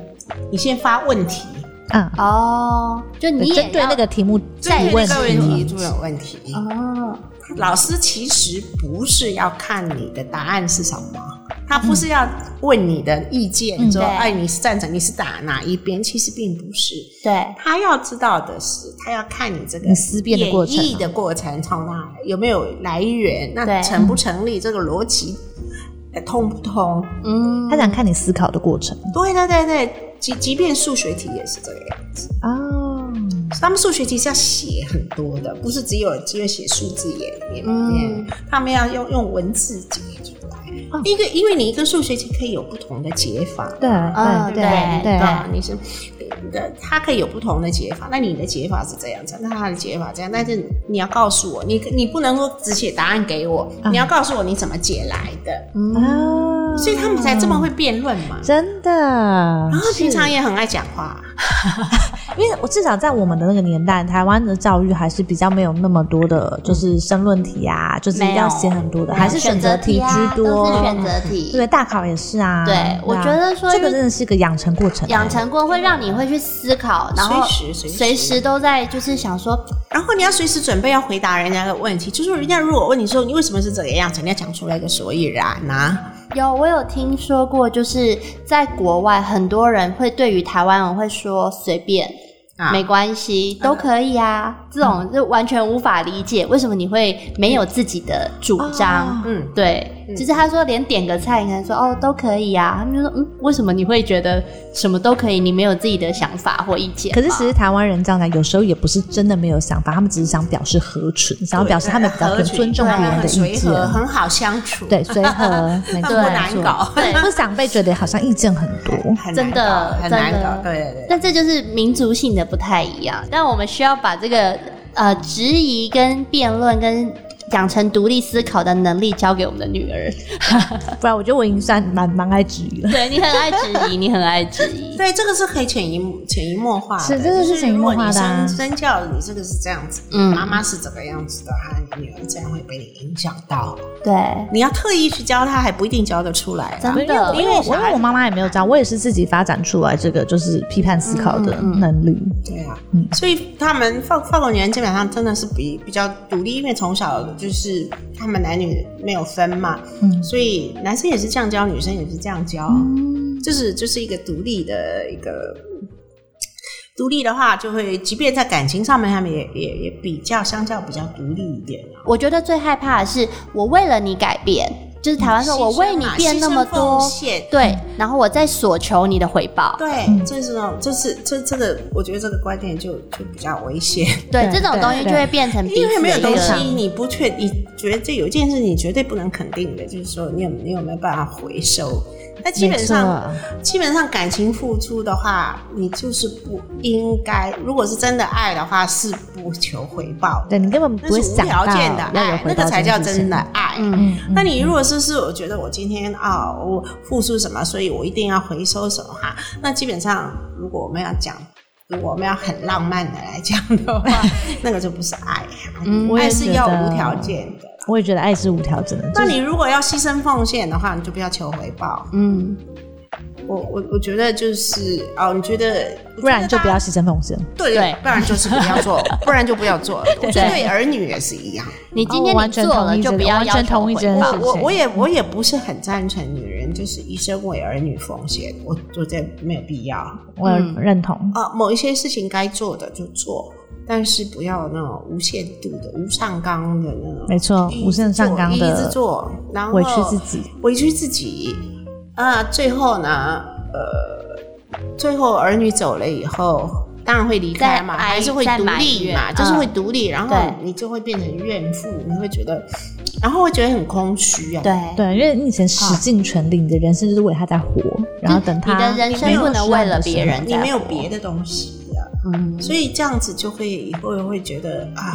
你先发问题，
嗯，
哦，就你也
针对
要
那个题目再
对
问
这个
题
问题
了。
就有问题。
哦，
老师其实不是要看你的答案是什么，他不是要问你的意见，
嗯
说
对
哎你是赞成你是打哪一边，其实并不是。
对，
他要知道的是，他要看你这个
你思辨的过程啊
演绎的过程从哪有没有来源，
对
那成不成立，这个逻辑呃通不通？
嗯，
他想看你思考的过程
对对对对，即即便数学题也是这个样子，嗯
哦，
他们数学题是要写很多的，不是只有只有写数字也也
嗯
也，他们要用用文字解出来。一个，因为你一个数学题可以有不同的解法，
哦对
嗯
对
对
对对，
啊，你是的，它可以有不同的解法。那你的解法是这样子，那他的解法这样，但是你要告诉我，你你不能够只写答案给我，
嗯
你要告诉我你怎么解来的。
嗯，
啊
所以他们才这么会辩论嘛。
真的。
然后啊平
是
常也很爱讲话，
因为我至少在我们的那个年代，台湾的教育还是比较没有那么多的，
嗯
就是申论题啊，就是一定要写很多的，还是选择题
啊
居
都
多。
是选择题，
对，大考也是啊。
对
啊
我觉得说
这个真的是一个养成过程啊，
养成过，会让你会去思考，然后
随时随时
随时都在就是想说，
然后你要随时准备要回答人家的问题，就是人家如果问你说你为什么是这个样子，你要讲出来一个所以然啊呐、
有我有听说过，就是在国外很多人会对于台湾人会说随便。
啊。嗯
没关系，都可以啊。这种就完全无法理解，为什么你会没有自己的主张？
哦
嗯，
对，
嗯
就是他说连点个菜，你可能说哦都可以啊，他们就说嗯，为什么你会觉得什么都可以？你没有自己的想法或意见吗？
可是其实台湾人这样讲，有时候也不是真的没有想法，他们只是想表示合群，想要表示他们比较
合
很
群
尊重
对
别人的意
很随
见，
和，很好相处，
对，随和，没
[LAUGHS]
错，
他们不
对
难搞，
对 [LAUGHS]
不想被觉得好像意见很多。
很难
真的
搞很难
真的
搞，对对对。
那这就是民族性的不太一样，但我们需要把这个呃质疑跟辩论跟养成独立思考的能力交给我们的女儿。
不然我觉得我已经算蛮蛮爱质疑了。
对你很爱质疑，你很爱质疑。
对，这个是可以潜移潜移默化的，啊
是真的是
就是
潜移默化的
如果
啊
你身身教你这个是这样子，
嗯
妈妈是这个样子的，啊，你女儿这样会被你影响到，
[LAUGHS] 对，
你要特意去教她，还不一定教得出来啊、
真的
因为我因为
小
我因
孩
为我妈妈也没有这样，我也是自己发展出来这个就是批判思考的
嗯
能力。
对啊
嗯，
所以他们法法国女人基本上真的是比比较独立，因为从小就是他们男女没有分嘛，
嗯
所以男生也是这样教，女生也是这样教，就是就是一个独立的一个。独立的话，就会即便在感情上面，他们也也也比较相较比较独立一点啊。
我觉得最害怕的是我为了你改变，就是台湾说我为你变那么多
牺牲嘛牺牲奉，献
对，然后我在索求你的回报。
对，这是种，就是这这个，我觉得这个观点就就比较危险。
对，
对
这种东西就会变成彼
因为
此
没有
的一
东西
个，
你不确，你觉得这有一件事你绝对不能肯定的，就是说你有你有没有办法回收？那基本上，基本上感情付出的话，你就是不应该。如果是真的爱的话，是不求回报的，
对你根本不
那
会
是无
想
条
到
件的啊
要有
爱，
回
那
报
个才
这
叫
件事
真的
情
爱。
嗯，
那你如果是是，我觉得我今天啊、我付出什么，所以我一定要回收什么哈。那基本上，如果我们要讲，如果我们要很浪漫的来讲
[LAUGHS]
的话，那个就不是爱啊，
嗯
我也
爱是
觉
要
得
无条件的。
我也觉得爱是无条件的。
那你如果要牺牲奉献的话，你就不要求回报。
嗯，
我我我觉得就是哦，你觉得
不然就不要牺牲奉献。
对，
对
不然就是不
[LAUGHS]
要做，不然就不要做。我觉得对儿女也是一样。
你今天
哦我
你
完全
做了
同意
就
这
不
个
要
完
要
全
求
同意
回
这件
报
事
我
情
我也我也不是很赞成女人就是一生为儿女奉献，我我觉得没有必要啊、
我也认同。
某一些事情该做的就做，但是不要那种无限度的、无上纲的那种。
没错
一直做
无限上纲的
一直做，然后
委屈自己，
委屈自己。啊，最后呢，呃，最后儿女走了以后。当然会离开嘛，
再挨
还是会
再
独
埋
立嘛，
怨
就是
嗯
会独立，然后
对
你就会变成怨妇，你会觉得，然后会觉得很空虚啊。
对，
对，因为你以前使尽全力，你的人生就是为他在活，然后等他
你的人生不能为了别人
你没有
在活
别的东西啊，
嗯，
所以这样子就会以后会觉得啊，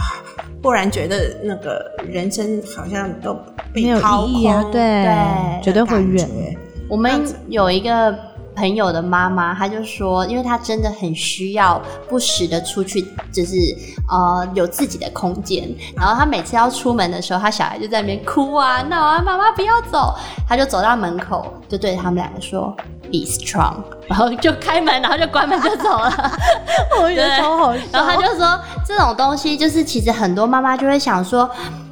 忽然觉得那个人生好像都
没
被
有
掏
意义啊，
空，
对，
对
绝对会欸
感觉
怨。
[LAUGHS]
我们有一个朋友的妈妈，她就说，因为她真的很需要不时的出去，就是呃有自己的空间。然后她每次要出门的时候，她小孩就在那边哭啊闹啊，妈妈不要走，她就走到门口，就对他们两个说。Be strong，然后就开门，然后就关门就走了。
我觉
得超
好
然后她就说，这种东西就是其实很多妈妈就会想说，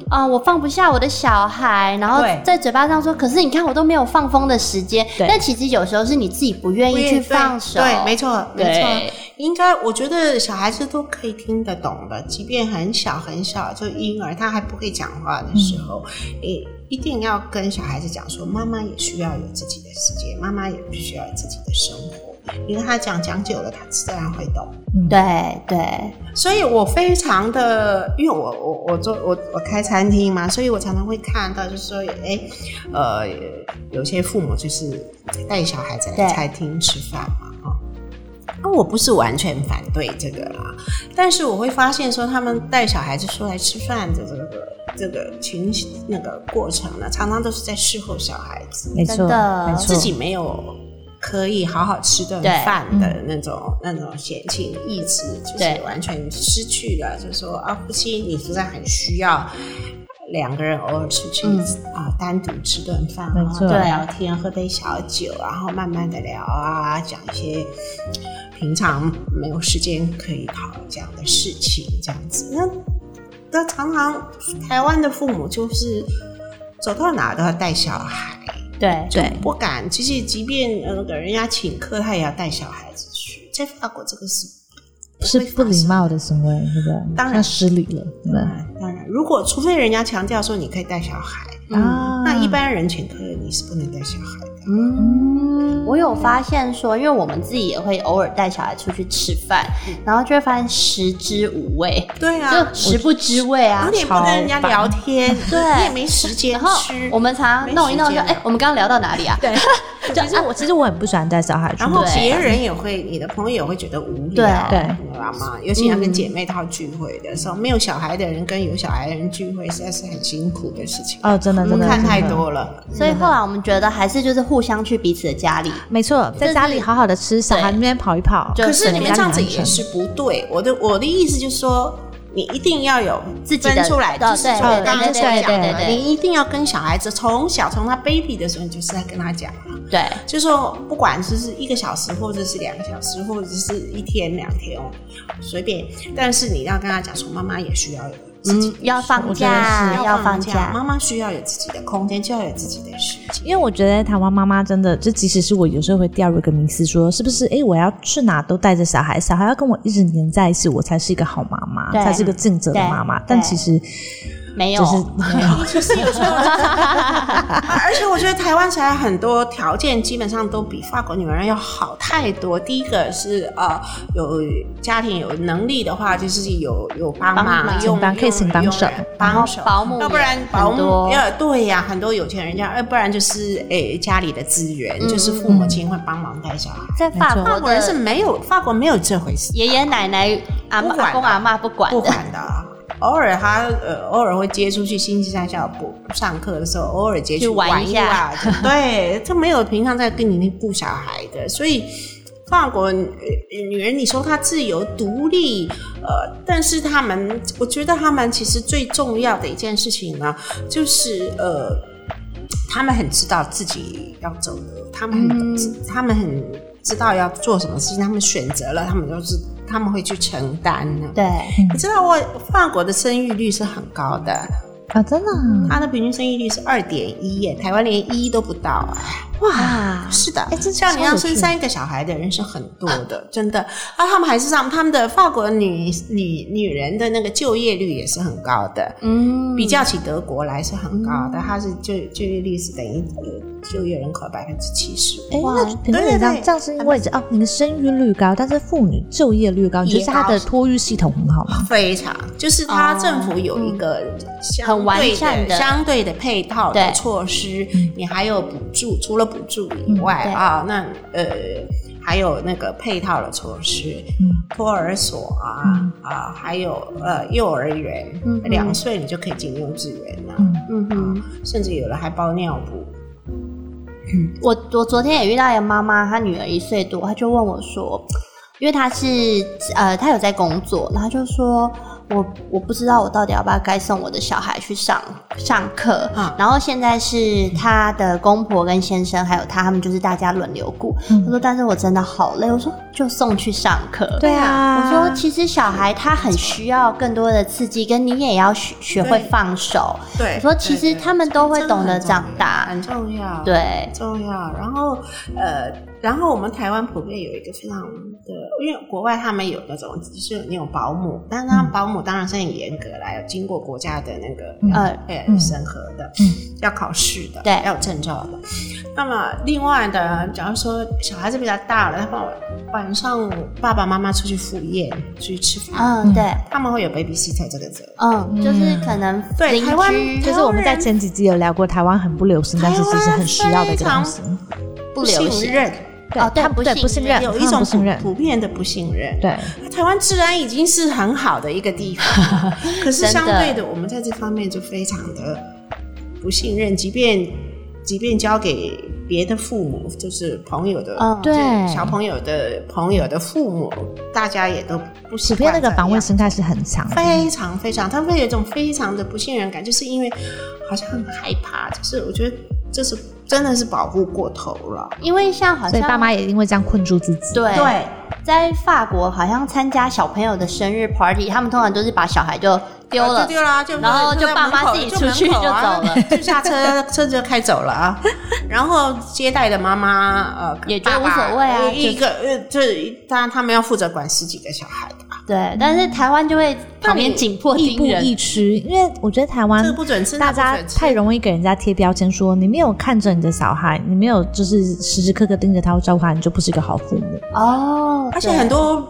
啊、我放不下我的小孩，然后
对
在嘴巴上说，可是你看我都没有放风的时间。
对
但其实有时候是你自己不愿
我
意
也
去放手。
对，没错，没
对
错，应该我觉得小孩子都可以听得懂的，即便很小很小，就婴儿他还不会讲话的时候，
嗯
你一定要跟小孩子讲说，妈妈也需要有自己的世界，妈妈也必须要有自己的生活。你跟他讲讲久了，他自然会懂。
对对，
所以我非常的，因为我我我做我我开餐厅嘛，所以我常常会看到，就是说，哎，呃，有些父母就是带小孩子
对
来餐厅吃饭嘛，哈、那我不是完全反对这个啦，但是我会发现说，他们带小孩子出来吃饭的这个这个情形那个过程呢，常常都是在侍候小孩子，
没错，
真的
没
自
错，
己没有可以好好吃顿饭的那种、那种闲情逸致，就是
对
完全失去了。就是说啊，夫妻你实在很需要两个人偶尔出去、
嗯
啊，单独吃顿饭啊，
没
然后
错
聊聊天，喝杯小酒，然后慢慢的聊啊，讲一些。平常没有时间可以讨论这样的事情，这样子。那那常常台湾的父母就是走到哪都要带小孩，
对对
不敢。其实即便呃给人家请客，他也要带小孩子去。在法国这个是
是
会发
不礼
生
貌的行为，对不对？
当然
那失礼了，对不
的
对。
当然，如果除非人家强调说你可以带小孩，
嗯
啊
那一般人请客你是不能带小孩的。
嗯，我有发现说，因为我们自己也会偶尔带小孩出去吃饭，然后就会发现食之无味，
嗯对啊，
就食不知味啊
有。点不跟人家
超烦
聊天，
对
你也没时间
然后
吃。
我们常常弄一弄
没时
就，
间
哎、我们刚刚聊到哪里啊？
[LAUGHS]
对，
其实我其实我很不喜欢带小孩出
然
去
后
对
别人也会，你的朋友也会觉得无
对
聊，
对
你知道吗？尤其要跟姐妹套聚会的时候，没有小孩的人跟有小孩的人聚会，实在是很辛苦的事情。
哦，真的
我
真
们
的
看太。
真的
多了，
所以后来我们觉得还是就是互相去彼此的家里，
没错，在家里好好的吃，小孩那边跑一跑，
就
可是你们
整个家
这样子
庭
也是不对。我的我的意思就是说，你一定要有
自己的
分出来，
对
就是
对
说我
对
刚刚
对
讲
对对
的，
对对
你一定要跟小孩子从小从他 baby 的时候，你就是在跟他讲。
对，
就说不管是是一个小时，或者是两个小时，或者是一天两天哦，随便。但是你要跟他讲说，妈妈也需要有自己
嗯
的，
要放假，
要
嗯放
假，妈妈需要有自己的空间，就要有自己的时间。
因为我觉得台湾妈妈真的，就即使是我有时候会掉入一个迷思说，是不是诶我要去哪都带着小孩，小孩要跟我一直黏在一起，我才是一个好妈妈，
对
才是一个尽责的妈妈
对。
但其实
没有，
就是
哦其实有时候，而且我觉得台湾小孩很多条件基本上都比法国女人要好太多。第一个是呃，有家庭有能力的话，就是有有帮
帮忙
忙，
请
用
帮可以
用
请帮
用
手
人
然后
帮手。
保姆也
要不然保
很
姆
多，
要对呀、很多有钱人家，要不然就是诶、家里的资源，就是父母亲会帮忙带小孩。
在法
没错
国
法国人
嗯
是
的
没有，法国没有这回事，
爷爷奶奶、阿
不
嬷
管的
阿公阿妈不管
不
的，
管的啊。偶尔他呃，偶尔会接出去，星期三下午不不上课的时候，偶尔接
去
玩
玩一
一
下
下
[LAUGHS]
对，这没有平常在跟你顾小孩的，所以法国呃女人，你说她自由独立，呃，但是他们，我觉得他们其实最重要的一件事情呢，就是呃，他们很知道自己要走的，他们
嗯
很、他们很知道要做什么事情，他们选择了，他们就是他们会去承担的。
对，
你知道我法国的生育率是很高的，
啊，真的啊
它的平均生育率是二点一耶，台湾连一都不到。哎
哇，
啊，
是的，
真是
像你
超
要
有
生
趣
三个小孩的人是很多的，真的。啊，他们还是让他们的法国女女女人的那个就业率也是很高的，
嗯，
比较起德国来是很高的，它是就就业率是等于呃就业人口百分之七十。
哎，
哇
那平
对
均
对
这样
对
这样是因为哦，你的生育率高，但是妇女就业率高，你觉
也
得是她
高
的托育系统很好吗？
非常，就是它
哦
政府有一个相
很完
对
善的
相对的配套的
对
措施，你还有补助，除了补助以
嗯
外
对
啊，那呃还有那个配套的措施，
嗯
托儿所啊啊，还有呃幼儿园
嗯，哼
两岁你就可以进幼稚园了，
嗯，
嗯哼。
甚至有的还包尿布。
我我昨天也遇到一个妈妈，她女儿一岁多，她就问我说，因为她是呃，她有在工作，然后她就说。我我不知道我到底要不要该送我的小孩去上上课，
嗯
然后现在是她的公婆跟先生还有她，他们就是大家轮流顾。
嗯
她说，但是我真的好累。我说，就送去上课。
对
我
啊，
说，其实小孩他很需要更多的刺激，跟你也要学学会
对
放手。
对
我说，其实他们都会懂得长大。
很重要，。
对，
重要。然后呃，然后我们台湾普遍有一个非常的，因为国外他们有那种就是你有保姆，但是他们保姆当然是很严格啦，有经过国家的那个
嗯
呃
呃
嗯
审核的，要考试的，
对
要有证照的。那么另外的，假如说小孩子比较大了，他们晚上爸爸妈妈出去赴宴，出去吃
啊
饭，
嗯，对，
他们会有 babysitter 这个责任。
嗯，就是可能
对
邻
台湾
居
就是我们在前几集有聊过，台湾很不流行，但是其实很需要的一个东西。
不流
信
行，
任，
对
哦对
他
不
们对
信
不信
任
任，
有
他
一
们
种
不信任
普，普遍的不信任。
对，
台湾治安已经是很好的一个
[LAUGHS]
地方，可是相对的，我们在这方面就非常的不信任，即便即便交给别的父母，就是朋友的，
嗯
对
就是小朋友的朋友的父母，大家也都不
普
习
遍
惯
那个
这
防卫
样
心态是很强的。
非常非常，他会有一种非常的不信任感，就是因为好像很害怕，就是我觉得这是真的是保护过头了，
因为像好
所以
像
爸妈也因为这样困住自己。
对，在法国好像参加小朋友的生日 party，他们通常都是把小孩就丢
啊
了
就，丢了啊，就
然后
就
就
在
爸
门
妈
口
自己
就
出
门
去
口
就
啊
走了
就下车 [LAUGHS] 车子就开走了啊。然后接待的妈妈呃
也觉得
爸爸
无所谓啊
一一个呃，就是当然他们要负责管十几个小孩的啊，
对，但是台湾就会旁边紧迫
亦
盯
步
人，
亦趋，因为我觉得台湾
这个不准吃，
嗯大
那不
家
准吃。
太容易给人家贴标签，说你没有看着你的小孩，你没有就是时时刻刻盯着他照顾他，你就不是一个好父母。
哦，
而且很多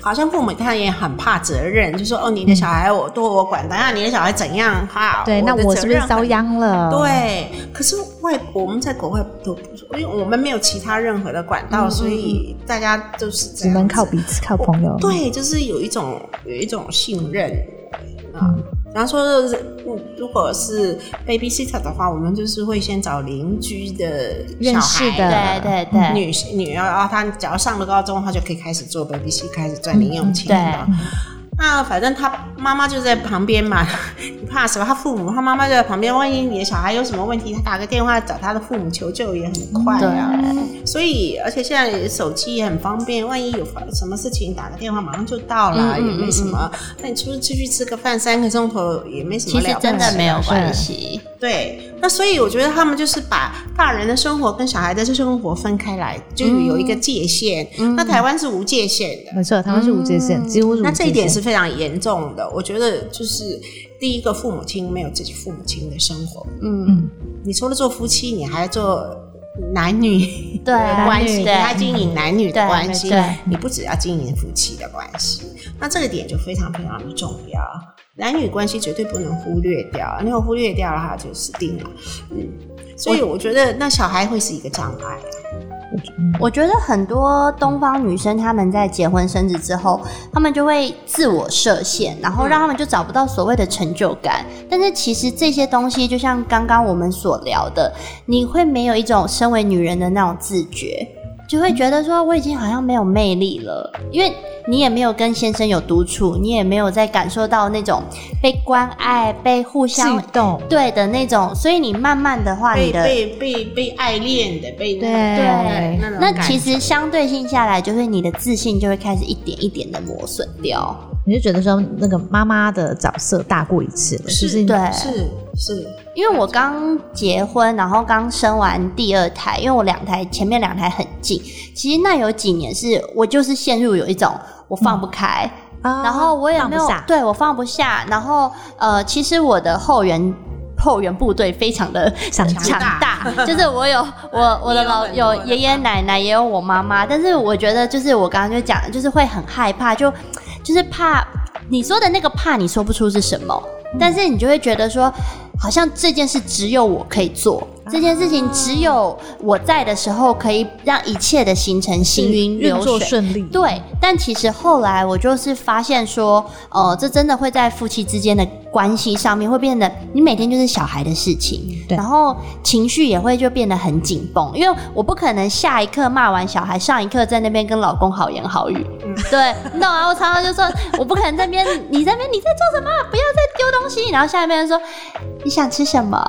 好像父母他也很怕责任，就说哦，你的小孩我多我管，等下你的小孩怎样哈？
对，那
的
我
责
是不是
任
遭
很
殃了？，
对，可是外国我们在国外都不，因为我们没有其他任何的管道，所以大家都是这
嗯只
样
能靠
子
彼此，靠朋友。
对，就是有一种有一种信任啊。然后说，嗯如果是 babysitter 的话，我们就是会先找邻居的小
认识
孩
的
对对对，
嗯女女儿，然后她只要上了高中，她就可以开始做 baby C，开始
嗯
赚零用钱
对
了。那反正她妈妈就在旁边嘛， [LAUGHS] 你怕什么？她父母，她妈妈就在旁边。万一你的小孩有什么问题，她打个电话找她的父母求救也很快啊。所以，而且现在手机也很方便，万一有发什么事情，打个电话马上就到了，
嗯嗯
也没什么。那你出去吃个饭，三个钟头也没什么
其
了不起
实
啊。
真的没有关
是
系，
对，那所以我觉得他们就是把大人的生活跟小孩的生活分开来，就有一个界限。
嗯
那台湾是无界限的，
没错，台湾是无界限，几乎是无界限。
那这一点是非常严重的。我觉得就是第一个，父母亲没有自己父母亲的生活，
嗯，
你除了做夫妻，你还做男女
对嗯
的关系，
男女
你还经营嗯男女的
对
关系
没错，
你不只要经营夫妻的关系，那这个点就非常非常的重要。男女关系绝对不能忽略掉，你有忽略掉的话就死定了。嗯，所以我觉得那小孩会是一个障碍。
我觉得很多东方女生她们在结婚生子之后，她们就会自我设限，然后让她们就找不到所谓的成就感。但是其实这些东西，就像刚刚我们所聊的，你会没有一种身为女人的那种自觉，就会觉得说我已经好像没有魅力了，因为你也没有跟先生有独处，你也没有在感受到那种被关爱、被互相
悸动。
对的那种，所以你慢慢的话，你
被
的
被被被爱恋的，被
对
那
对
种
那
感觉
其实相对性下来，就是你的自信就会开始一点一点的磨损掉。
你就觉得说那个妈妈的角色大过一切了，就是是
对
是是，
因为我刚结婚，然后刚生完第二胎，因为我两胎前面两胎很近，其实那有几年是我就是陷入有一种我放不开，
啊
然后我也没
放
有
不下
对我放不下，然后呃，其实我的后援。后援部队非常的
强
强
大
大，就是我有我我的老
你有
有
很多的
爷爷奶奶，也有我妈妈，但是我觉得就是我刚刚就讲，就是会很害怕，就就是怕你说的那个怕，你说不出是什么，但是你就会觉得说，好像这件事只有我可以做，这件事情只有我在的时候可以让一切的形成行云
运
流
作
水。
顺利，
对，但其实后来我就是发现说，呃，这真的会在夫妻之间的关系上面会变得，你每天就是小孩的事情，
对
然后情绪也会就变得很紧绷，因为我不可能下一刻骂完小孩，上一刻在那边跟老公好言好语，对，你懂啊？我常常就说，我不可能在那边，你在那边你在做什么？不要再丢东西。然后下面就说你想吃什么？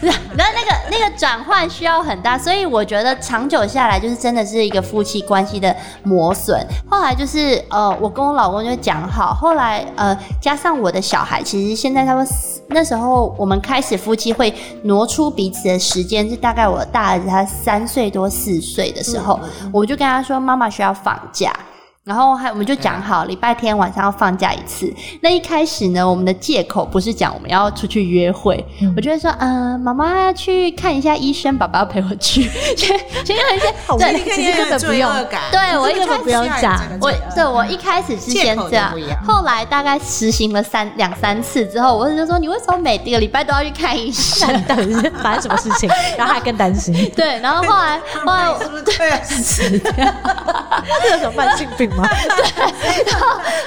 然后那个那个转换需要很大，所以我觉得长久下来就是真的是一个夫妻关系的磨损。后来就是呃，我跟我老公就讲好，后来呃，加上我的小孩，其实现在他们四那时候我们开始夫妻会挪出彼此的时间，是大概我大儿子他三岁多四岁的时候，我就跟他说妈妈需要放假。然后还我们就讲好，礼拜天晚上要放假一次。那一开始呢，我们的借口不是讲我们要出去约会，
嗯
我就会说，嗯、妈妈去看一下医生，爸爸要陪我
[LAUGHS]
去，先先用一些
好
对
累其实根本不
罪
用
恶感
对我一
根本不用
下一
讲
[LAUGHS] 这个
我
罪恶
对我一开始是先这
嗯借口
样
都不一样，
后来大概实行了三两三次之后，我就说你为什么每个礼拜都要去看医生？
到底是 [LAUGHS] 发生什么事情，然后还更担心，
对，然后后来后来
[LAUGHS] 是不是对啊？
这有什么慢性病吗？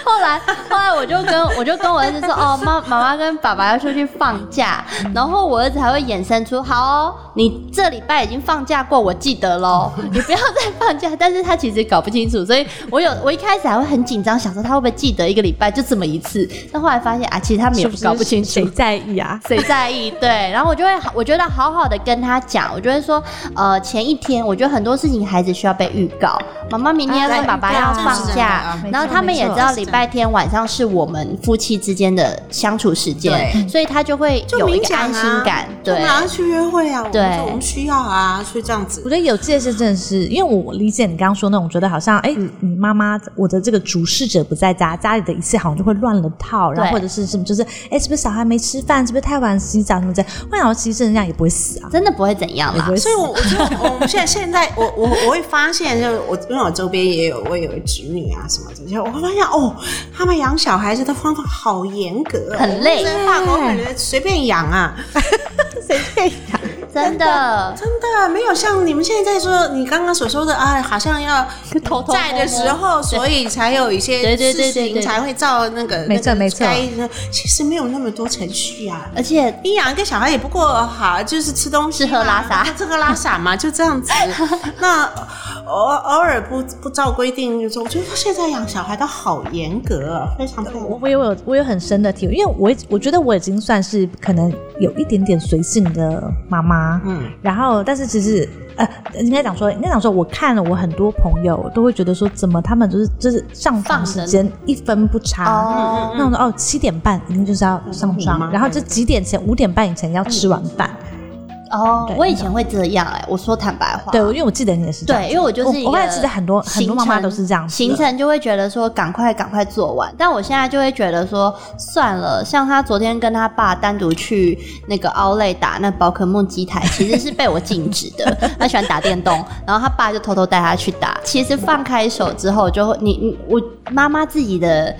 后来，后来我就跟我就跟我儿子说，哦，妈妈妈跟爸爸要出去放假，然后我儿子还会衍生出，好哦，你这礼拜已经放假过，我记得喽， [LAUGHS] 你不要再放假。但是他其实搞不清楚，所以我有我一开始还会很紧张，想说他会不会记得一个礼拜就这么一次，但后来发现啊，其实他们也
[LAUGHS] 是
搞不清楚
谁。在意啊？
谁在
[LAUGHS]
意？对，然后我就会，我觉得好好的跟他讲，我就会说，呃，前一天，我觉得很多事情孩子需要被预告，妈妈明天要
啊
跟爸爸
对
要
啊
放
是真的
假
啊，
然后他们也知道
没
礼
错
拜天晚上是我们夫妻之间的相处时间，
对
所以他就会
就
有一
明
个
讲啊
安心感。对
就，马上去约会啊，我们
对
说我们需要啊，所以这样子
我觉得有界限真的是，因为我理解你刚刚说那种，觉得好像哎、你妈妈我的这个主事者不在家，家里的一切好像就会乱了套，然后
对
或者是什么，就是哎、是不是小孩没吃饭，是不是太晚洗澡什么之类，我想其实这样也不会死啊，
真的不会怎样
也不
啦。
会死
所以，我我觉得我们现在现在，我我我会发现，就是我因为我周边也有我也有侄女啊什么这些，我会发现哦，他们养小孩子的方法好严格哦，
很累
真话我感觉随便养啊，
真的，
真的没有像你们现在在说你刚刚所说的，哎，好像要
偷偷摸摸
在的时候，所以才有一些
对对对
事
对
情
对
才会照那个
没错
那个
没错
该其实没有那么多程序啊，
而且
你养一个小孩也不过好，就是吃东西嘛、
吃喝拉撒
吃喝拉撒嘛，就这
[LAUGHS]
样子。那偶偶尔不不照规定，就是我觉得现在养小孩都好严格啊，非常非常。
我我有我有很深的体会，因为我我觉得我已经算是可能有一点点随性的妈妈，
嗯，
然后但是其实呃，应该讲说应该讲说，我看了我很多朋友都会觉得说，怎么他们就是就是上
放
床
人
时间一分不差，
哦，
那我说哦，七点半一定就是要上
嗯
床，
嗯
然后这几点前五点半以前要吃完饭。
哦
对，
我以前会这样哎、我说坦白话，
对，因为我记得你也是这样
对，
子
因为我就是一
我
个
我发现其实很多很多妈妈
行程
都是这样子的
行程就会觉得说赶快赶快做完，但我现在就会觉得说算了。像他昨天跟他爸单独去那个奥莱打那宝可梦机台，其实是被我禁止
[LAUGHS]
的。他喜欢打电动，然后他爸就偷偷带他去打。其实放开手之后就，会你你我妈妈自己的。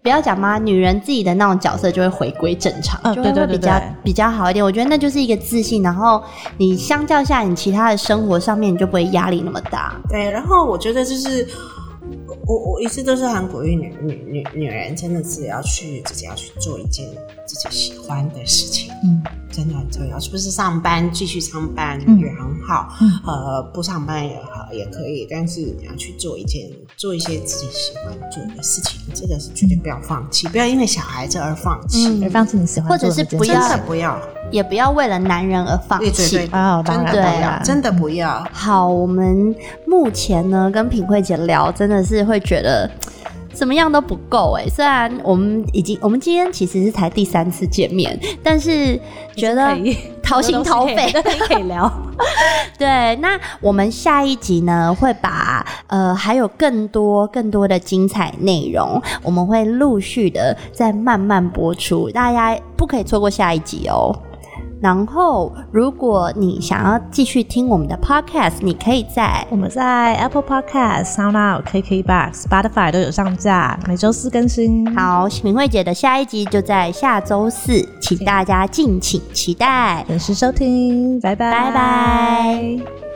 不要讲妈，女人自己的那种角色就会回归正常，
嗯
就会
对
会
对对
比较
对
比较好一点。我觉得那就是一个自信，然后你相较下你其他的生活上面，你就不会压力那么大。
对。然后我觉得就是。我我一直都是韩国语女女女女人，真的是要去自己要去做一件自己喜欢的事情，
嗯，
真的很重要。是不是上班继续上班
嗯
也很好，
嗯
呃，不上班也好也可以，但是你要去做一件做一些自己喜欢做的事情，这个是绝对不要放弃，不要因为小孩子而放弃，
嗯
对放弃你喜欢
或
做
者
的
是
那件
不
事
真
要
情
的不要，
也不要为了男人而放
对对
弃。
对，
哦当然
真的不
当
要，
然
真的不要。
好，我们目前呢跟品慧姐聊，真的是会觉得。怎么样都不够哎、虽然我们已经，我们今天其实是才第三次见面，但是觉得
可以
掏心掏肺，
都可以聊。
对，那我们下一集呢，会把呃还有更多更多的精彩内容，我们会陆续的再慢慢播出，大家不可以错过下一集哦。然后，如果你想要继续听我们的 podcast，你可以在
[LAUGHS] 我们在 Apple Podcast、SoundOut、KKBox、Spotify 都有上架，每周四更新。，
好明慧姐的下一集就在下周四，请大家敬请期待。
准时收听，拜拜，
拜拜。